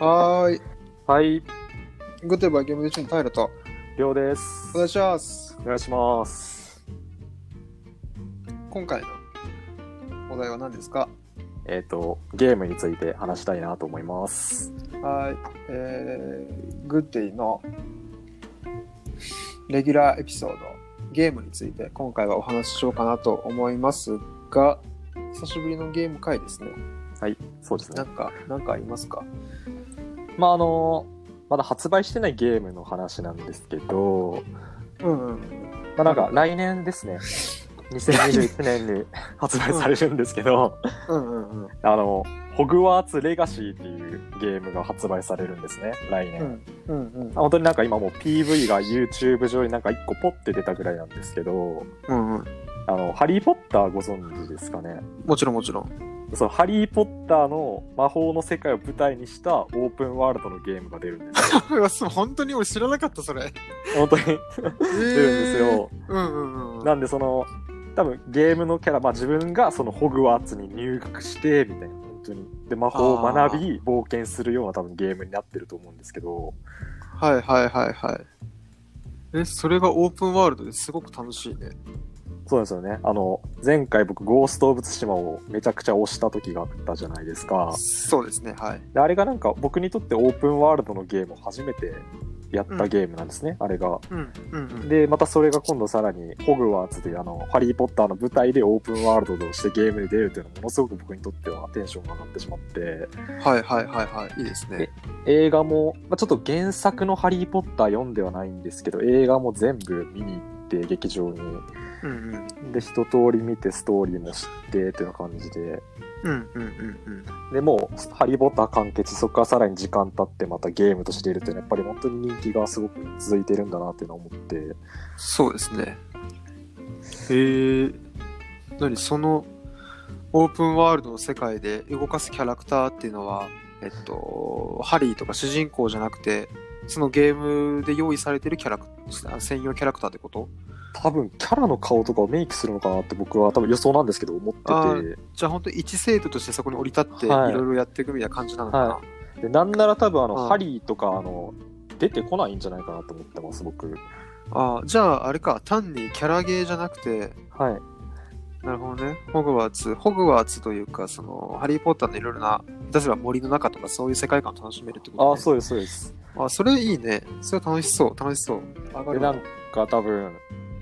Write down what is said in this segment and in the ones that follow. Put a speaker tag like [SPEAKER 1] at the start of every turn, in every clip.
[SPEAKER 1] はーい。
[SPEAKER 2] はい、
[SPEAKER 1] グッドバイゲームディション平と。
[SPEAKER 2] りょうです
[SPEAKER 1] お。願いします。
[SPEAKER 2] お願いします。
[SPEAKER 1] 今回のお題は何ですか
[SPEAKER 2] えっ、と、ゲームについて話したいなと思います。
[SPEAKER 1] はーい。えー、グッデイのレギュラーエピソード、ゲームについて今回はお話ししようかなと思いますが、久しぶりのゲーム会ですね。
[SPEAKER 2] はい、そうです
[SPEAKER 1] な
[SPEAKER 2] ね
[SPEAKER 1] ん。か、なんかありますか
[SPEAKER 2] まあ、あの、まだ発売してないゲームの話なんですけど、
[SPEAKER 1] うんうん。
[SPEAKER 2] まあ、なんか来年ですね。2021年 に発売されるんですけど、
[SPEAKER 1] うんうんうん。
[SPEAKER 2] あの、ホグワーツレガシーっていうゲームが発売されるんですね、来
[SPEAKER 1] う
[SPEAKER 2] 年。
[SPEAKER 1] んうんうん。
[SPEAKER 2] 本当になんか今もう PV が YouTube 上になんか1個ポッて出たぐらいなんですけど、
[SPEAKER 1] うんうん。
[SPEAKER 2] あの、ハリー・ポッターご存知ですかね
[SPEAKER 1] もちろんもちろん。
[SPEAKER 2] そのハリー・ポッターの魔法の世界を舞台にしたオープンワールドのゲームが出るんですよ。
[SPEAKER 1] 本当に俺知らなかった、それ。
[SPEAKER 2] 本当に
[SPEAKER 1] 出
[SPEAKER 2] 出るんですよ。
[SPEAKER 1] うんうんうん。
[SPEAKER 2] なんでその多分ゲームのキャラ、まあ、自分がそのホグワーツに入学してみたいな本当にで魔法を学び冒険するような多分ゲームになってると思うんですけど
[SPEAKER 1] はいはいはいはい。え、それがオープンワールドですごく楽しいね。
[SPEAKER 2] そうなんですよねあの前回僕「ゴースト・オブ・ツシマ」をめちゃくちゃ推した時があったじゃないですか
[SPEAKER 1] そうですね、はい。
[SPEAKER 2] であれがなんか僕にとってオープンワールドのゲームを初めてやったゲームなんですね、あれが。
[SPEAKER 1] うん、うん、うん。
[SPEAKER 2] で、またそれが今度さらに、ホグワーツで、あの、ハリー・ポッターの舞台でオープンワールドとしてゲームに出るっていうのは、ものすごく僕にとってはテンションが上がってしまって、
[SPEAKER 1] はいはいはいはい。いいですね。
[SPEAKER 2] 映画も、まあ、ちょっと原作のハリー・ポッター読んではないんですけど、映画も全部見に行って、劇場に。
[SPEAKER 1] うんうん。
[SPEAKER 2] で、一通り見て、ストーリーも知って、というような感じで。
[SPEAKER 1] うんうんうん
[SPEAKER 2] で、もう、ハリー・ポッター完結、そこからさらに時間経って、またゲームとして出るっていうのは、やっぱり本当に人気がすごく続いてるんだなっていうのを思って、
[SPEAKER 1] そうですね。へえ。なに、そのオープンワールドの世界で動かすキャラクターっていうのは、えっと、ハリーとか主人公じゃなくて、そのゲームで用意されてるキャラクター、専用キャラクターってこと
[SPEAKER 2] 多分キャラの顔とかをメイクするのかなって僕は多分予想なんですけど思
[SPEAKER 1] あ
[SPEAKER 2] って
[SPEAKER 1] じゃあ本当一生徒としてそこに降り立ってい
[SPEAKER 2] はい
[SPEAKER 1] ろいろやっていくみたいな感じなのかな、
[SPEAKER 2] はてでなんなら多分あの、
[SPEAKER 1] うん
[SPEAKER 2] ハリーとかあの出てこないんじゃないかなと思ってます僕
[SPEAKER 1] ああじゃああれか単にキャラゲーじゃなくて
[SPEAKER 2] はい
[SPEAKER 1] なるほどねホグワーツホグワーツというかそのハリー・ポッターのいろいろな出せば森の中とかそういう世界観を楽しめるってこと、ね、
[SPEAKER 2] あそうですそうです
[SPEAKER 1] うあそれいいねそれ楽しそう楽しそう上が
[SPEAKER 2] で
[SPEAKER 1] る
[SPEAKER 2] な
[SPEAKER 1] わ
[SPEAKER 2] んか多分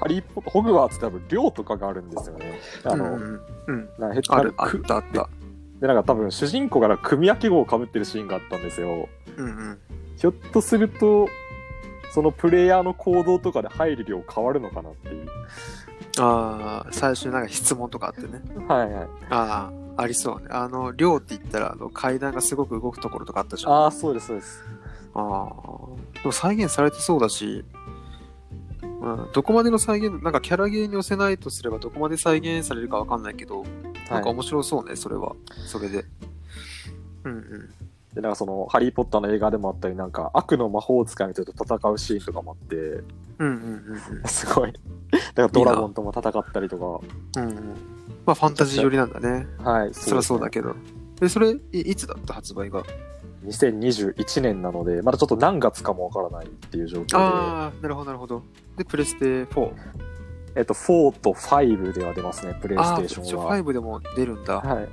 [SPEAKER 2] ハリーポホグワーツって多分寮とかがあるんですよねあの、
[SPEAKER 1] うんうんうん
[SPEAKER 2] なんかヘッ
[SPEAKER 1] あるあ
[SPEAKER 2] なんか
[SPEAKER 1] っ
[SPEAKER 2] く
[SPEAKER 1] たあった
[SPEAKER 2] でなんか多分主人公がなんか組分け号をかぶってるシーンがあったんですよ
[SPEAKER 1] うんうん
[SPEAKER 2] ひょっとするとそのプレイヤーの行動とかで入る量変わるのかなっていう
[SPEAKER 1] ああ最初になんか質問とかあってね
[SPEAKER 2] はいはい
[SPEAKER 1] ああありそうねあの寮って言ったらあの階段がすごく動くところとかあったじゃん
[SPEAKER 2] ああそうですそうです
[SPEAKER 1] ああ。でも再現されてそうだし、うん、どこまでの再現、なんかキャラゲーに寄せないとすればどこまで再現されるかわかんないけど、なんか面白そうね、それは。それで。うんうん。
[SPEAKER 2] でなんかその「ハリー・ポッター」の映画でもあったりなんか悪の魔法使いみたいな人と戦うシーンとかもあって
[SPEAKER 1] うんうん
[SPEAKER 2] すごいなんかドラゴンとも戦ったりと
[SPEAKER 1] うんうん。うんうん。まあファンタジー寄りなんだね。
[SPEAKER 2] かはい
[SPEAKER 1] そりゃそうだけど。え、それ、いいつだった発売が。
[SPEAKER 2] ですね2021年なのでまだちょっと何月かもわからないっていう状況
[SPEAKER 1] ああ、なるほどなるほど。で、プレステ4。
[SPEAKER 2] で、えっと、4と5では出ますねプレイス
[SPEAKER 1] ああ、
[SPEAKER 2] テ
[SPEAKER 1] プ
[SPEAKER 2] ー
[SPEAKER 1] レ
[SPEAKER 2] シ
[SPEAKER 1] ス
[SPEAKER 2] ョ
[SPEAKER 1] テ
[SPEAKER 2] ンは
[SPEAKER 1] 5でも出るんだ。
[SPEAKER 2] はい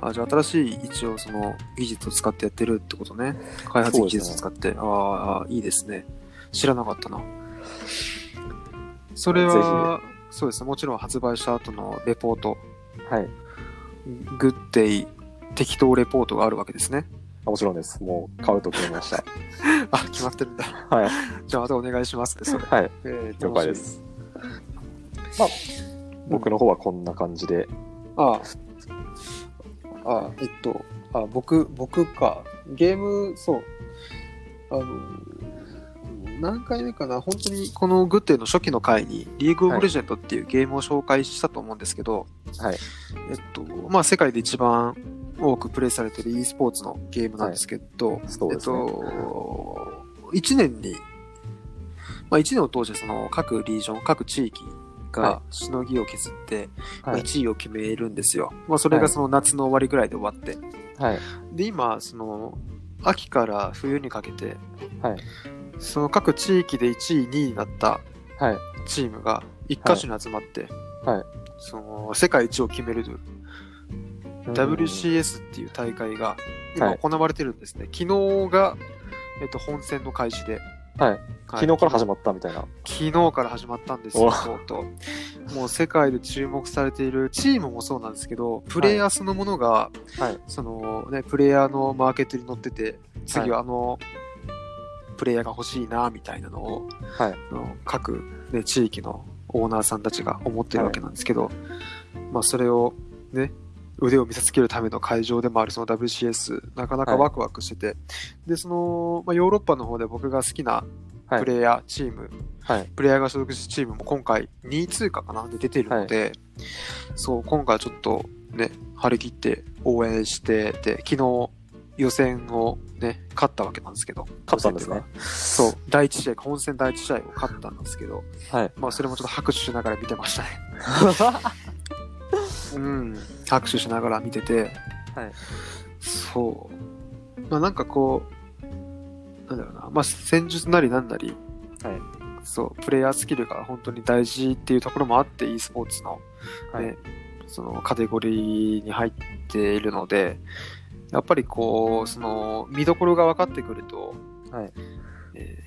[SPEAKER 1] あじゃあ新しい一応その技術を使ってやってるってことね開発技術を使って、ああいいですね知らなかったなそれはそうですねもちろん発売した後のレポート
[SPEAKER 2] はい
[SPEAKER 1] グッデイ適当レポートがあるわけですね
[SPEAKER 2] あもちろんですもう買うと決めました
[SPEAKER 1] あ決まってるんだ
[SPEAKER 2] はい
[SPEAKER 1] じゃあまたお願いしますねそれ、
[SPEAKER 2] はい
[SPEAKER 1] えー
[SPEAKER 2] 了解で
[SPEAKER 1] 楽し
[SPEAKER 2] すまあ僕の方はこんな感じで、
[SPEAKER 1] みああああえっとあ僕僕かゲームそうあの何回目かな本当にこのグッデイの初期の回にリーグオブレジェンドっていうゲームを紹介したと思うんですけど、
[SPEAKER 2] はい
[SPEAKER 1] えっとまあ、世界で一番多くプレイされてる e スポーツのゲームなんですけど、
[SPEAKER 2] そう
[SPEAKER 1] えっ
[SPEAKER 2] ですね、
[SPEAKER 1] と1年に、まあ、1年を通してその各リージョン各地域が
[SPEAKER 2] は
[SPEAKER 1] しのぎを削って、まあ
[SPEAKER 2] はい
[SPEAKER 1] 1位を決めるんですよ、まあ、それがその夏の終わりぐらいで終わって、
[SPEAKER 2] はい
[SPEAKER 1] で今その秋から冬にかけて、
[SPEAKER 2] はい
[SPEAKER 1] その各地域で1位2位になった
[SPEAKER 2] はい
[SPEAKER 1] チームが一箇所に集まって、
[SPEAKER 2] はい
[SPEAKER 1] その世界一を決めるという WCS っていう大会が今
[SPEAKER 2] はい
[SPEAKER 1] 行われてるんですね、昨日が、えっと、本戦の開始で、
[SPEAKER 2] はい
[SPEAKER 1] はい
[SPEAKER 2] 昨日から始まったみたいな。
[SPEAKER 1] 昨日から始まったんですよ、
[SPEAKER 2] お
[SPEAKER 1] とうとうもう世界で注目されているチームもそうなんですけど、プレイヤーそのものが、
[SPEAKER 2] はい
[SPEAKER 1] そのね、プレイヤーのマーケットに乗ってて、次はあの、プレイヤーが欲しいな、みたいなのを、
[SPEAKER 2] はい
[SPEAKER 1] あの各、ね、地域のオーナーさんたちが思ってるわけなんですけど、まあ、それをね、腕を見せつけるための会場でもあるその WCS、なかなかワクワクしてて、で、その、まあ、ヨーロッパの方で僕が好きな
[SPEAKER 2] はい
[SPEAKER 1] プレイヤー、チーム、
[SPEAKER 2] はい。
[SPEAKER 1] プレイヤーが所属するチームも今回2位通過かなで出てるので、そう、今回ちょっとね、張り切って応援してて、昨日予選をね、勝ったわけなんですけど。
[SPEAKER 2] 勝ったんですね。
[SPEAKER 1] そう、第1試合、本戦第1試合を勝ったんですけど、
[SPEAKER 2] はい。
[SPEAKER 1] まあそれもちょっと拍手しながら見てましたね。うん、拍手しながら見てて、
[SPEAKER 2] はい
[SPEAKER 1] そう、まあなんかこう、なんだろうな、まあ戦術なりなんなり、
[SPEAKER 2] はい
[SPEAKER 1] そう、プレイヤースキルが本当に大事っていうところもあって、e スポーツの、
[SPEAKER 2] はい
[SPEAKER 1] ねそのカテゴリーに入っているので、やっぱりこう、その見どころが分かってくると、
[SPEAKER 2] はい
[SPEAKER 1] え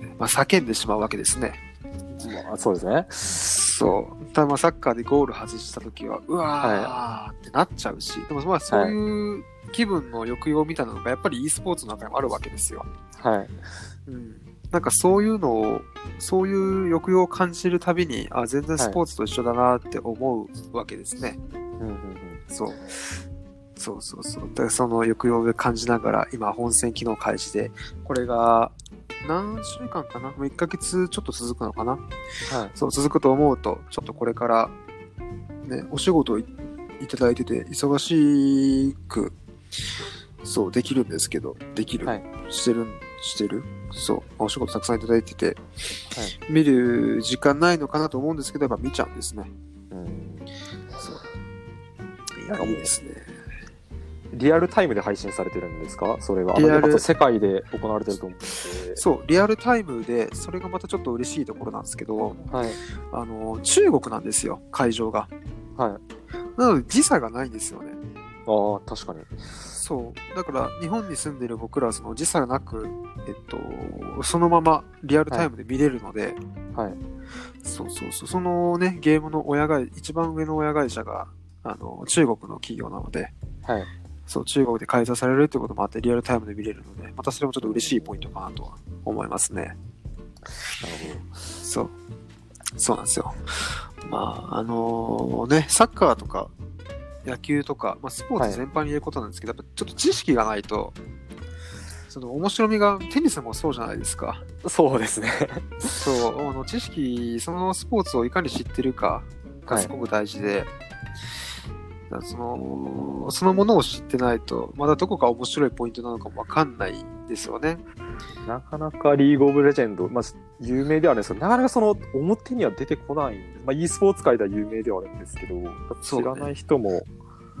[SPEAKER 1] ーまあ、叫んでしまうわけですね。
[SPEAKER 2] まあそうですね。
[SPEAKER 1] そう。ただまあサッカーでゴール外したときは、うわーってなっちゃうし、でもまあそういう気分の抑揚みたいなのがやっぱり e スポーツの中にもあるわけですよ。
[SPEAKER 2] はい。
[SPEAKER 1] うん。なんかそういうのを、そういう抑揚を感じるたびに、あ、全然スポーツと一緒だなって思うわけですね。
[SPEAKER 2] うんうんうん
[SPEAKER 1] そう。そうそうそう。だからその抑揚を感じながら、今本戦機能開始で、これが何週間かなもう ?1 ヶ月ちょっと続くのかな
[SPEAKER 2] はい。
[SPEAKER 1] そう続くと思うとちょっとこれから、ね、お仕事をいいただいてて忙しくそうできるんですけどできる、
[SPEAKER 2] はい
[SPEAKER 1] してるしてるそうお仕事たくさんいただいてて、見る時間ないのかなと思うんですけどやっぱ見ちゃうんですね
[SPEAKER 2] うん
[SPEAKER 1] そうい
[SPEAKER 2] なん
[SPEAKER 1] や
[SPEAKER 2] か
[SPEAKER 1] い
[SPEAKER 2] も
[SPEAKER 1] い
[SPEAKER 2] う
[SPEAKER 1] ですね
[SPEAKER 2] リアルタイムで配信されてるんですかそれは。あ
[SPEAKER 1] リア
[SPEAKER 2] の
[SPEAKER 1] ル
[SPEAKER 2] あと世界で行われてると思うんで。
[SPEAKER 1] そうリアルタイムでそれがまたちょっと嬉しいところなんですけど
[SPEAKER 2] はい。
[SPEAKER 1] あの中国なんですよ会場が
[SPEAKER 2] はい。
[SPEAKER 1] なので時差がないんですよね
[SPEAKER 2] ああ、確かに。
[SPEAKER 1] そう。だから、日本に住んでる僕らは、その時差がなく、えっと、そのままリアルタイムで見れるので、
[SPEAKER 2] はい。
[SPEAKER 1] そうそうそう。そのね、ゲームの親会、一番上の親会社が、あの、中国の企業なので、
[SPEAKER 2] はい。
[SPEAKER 1] そう、中国で開催されるってこともあって、リアルタイムで見れるので、またそれもちょっと嬉しいポイントかなとは思いますね。
[SPEAKER 2] なる
[SPEAKER 1] そう。そうなんですよ。まあ、あのね、サッカーとか、野球とか、まあ、スポーツ全般に言えることなんですけど、やっぱちょっと知識がないと、その面白みが、テニスもそうじゃないですか。
[SPEAKER 2] ほど。そうですね。
[SPEAKER 1] そう、あの知識、そのスポーツをいかに知ってるかが
[SPEAKER 2] はい
[SPEAKER 1] すごく大事で、だからその、そのものを知ってないと、まだどこか面白いポイントなのかもわかんないですよね。
[SPEAKER 2] なかなかリーグオブレジェンド、まあ、有名ではないですけど、なかなかその表には出てこないんで、まあ、e スポーツ界では有名ではあるんですけど、
[SPEAKER 1] そう
[SPEAKER 2] 知
[SPEAKER 1] だね
[SPEAKER 2] らない人も、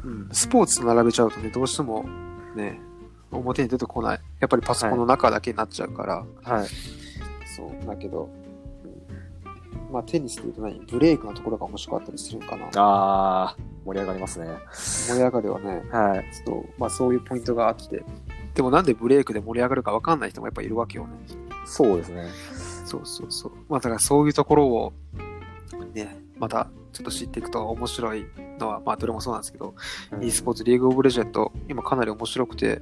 [SPEAKER 1] うんスポーツと並べちゃうとね、どうしてもね、表に出てこない。やっぱりパソコンの中だけになっちゃうから。
[SPEAKER 2] はい。
[SPEAKER 1] そう、だけど、うんまあテニスで言うと何ブレイクのところが面白かったりするんかな。
[SPEAKER 2] ああ、盛り上がりますね。
[SPEAKER 1] 盛り上がりはね、
[SPEAKER 2] はい。
[SPEAKER 1] ちょっと、まあそういうポイントがあって。でもなんでブレイクで盛り上がるか分かんない人もやっぱいるわけよね。
[SPEAKER 2] そうですね。
[SPEAKER 1] そうそうそう。まあだからそういうところを、ね、またちょっと知っていくと面白いのは、まあどれもそうなんですけど、e スポーツリーグオブレジェンド、今かなり面白くて、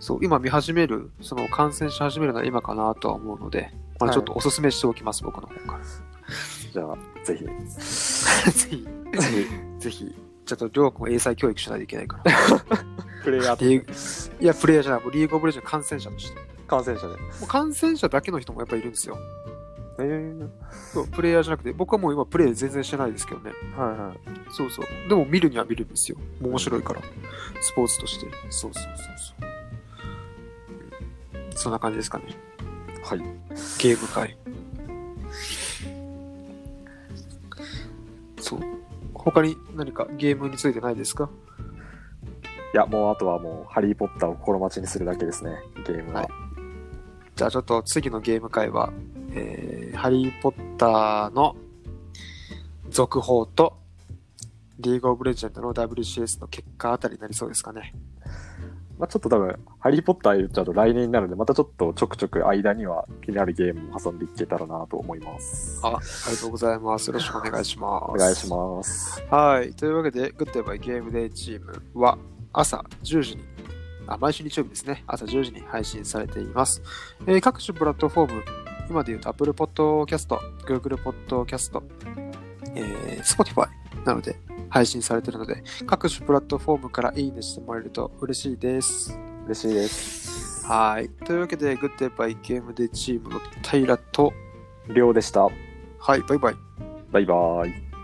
[SPEAKER 1] そう、今見始める、その感染し始めるのは今かなとは思うので、まあ
[SPEAKER 2] はい
[SPEAKER 1] ちょっとおすすめしておきます、僕の方 から。
[SPEAKER 2] じゃあ、ぜひ。ぜ
[SPEAKER 1] ぜひ、
[SPEAKER 2] ひ、
[SPEAKER 1] ぜひ、ちょっとりょうくん英才教育しないといけないから。
[SPEAKER 2] プレイヤーと
[SPEAKER 1] リーグいや、プレイヤーじゃない、もうリーグオブレジェンド感染者として。も
[SPEAKER 2] 感染者で。
[SPEAKER 1] う感染者だけの人もやっぱいるんですよ。
[SPEAKER 2] えー、
[SPEAKER 1] そう、プレイヤーじゃなくて、僕はもう今プレイ全然してないですけどね。
[SPEAKER 2] はいはい。
[SPEAKER 1] そうそう。でも見るには見るんですよ。もう面白いから。スポーツとして。そうそうそうそう。そんな感じですかね。
[SPEAKER 2] はい。
[SPEAKER 1] ゲーム会。そう。他に何かゲームについてないですか
[SPEAKER 2] や、もうあとはもう、ハリー・ポッターを心待ちにするだけですね、ゲームは。
[SPEAKER 1] はいじゃあちょっと次のゲーム会は、えーハリー・ポッターの続報と、リーグ・オブ・レジェンドの WCS の結果あたりになりそうですかね。
[SPEAKER 2] まあ、ちょっと多分、ハリー・ポッター入れちゃうと来年になるので、またちょっとちょくちょく間には気になるゲームも挟んでいけたらなと思います。
[SPEAKER 1] あありがとうございます。よろしくお願いします。
[SPEAKER 2] お願いします。
[SPEAKER 1] はい。というわけで、グッドバイゲームデイチームは朝10時に、あ、毎週日曜日ですね、朝10時に配信されています。えー各種プラットフォーム、今で言うと Apple Podcast、Google Podcast、えー Spotify などで配信されているので、各種プラットフォームからいいねしてもらえると嬉しいです。
[SPEAKER 2] 嬉しいです。
[SPEAKER 1] はい。というわけで、グッドバイゲームデイチームの平と、
[SPEAKER 2] りょうでした。
[SPEAKER 1] はい、バイバイ。
[SPEAKER 2] バイバーイ。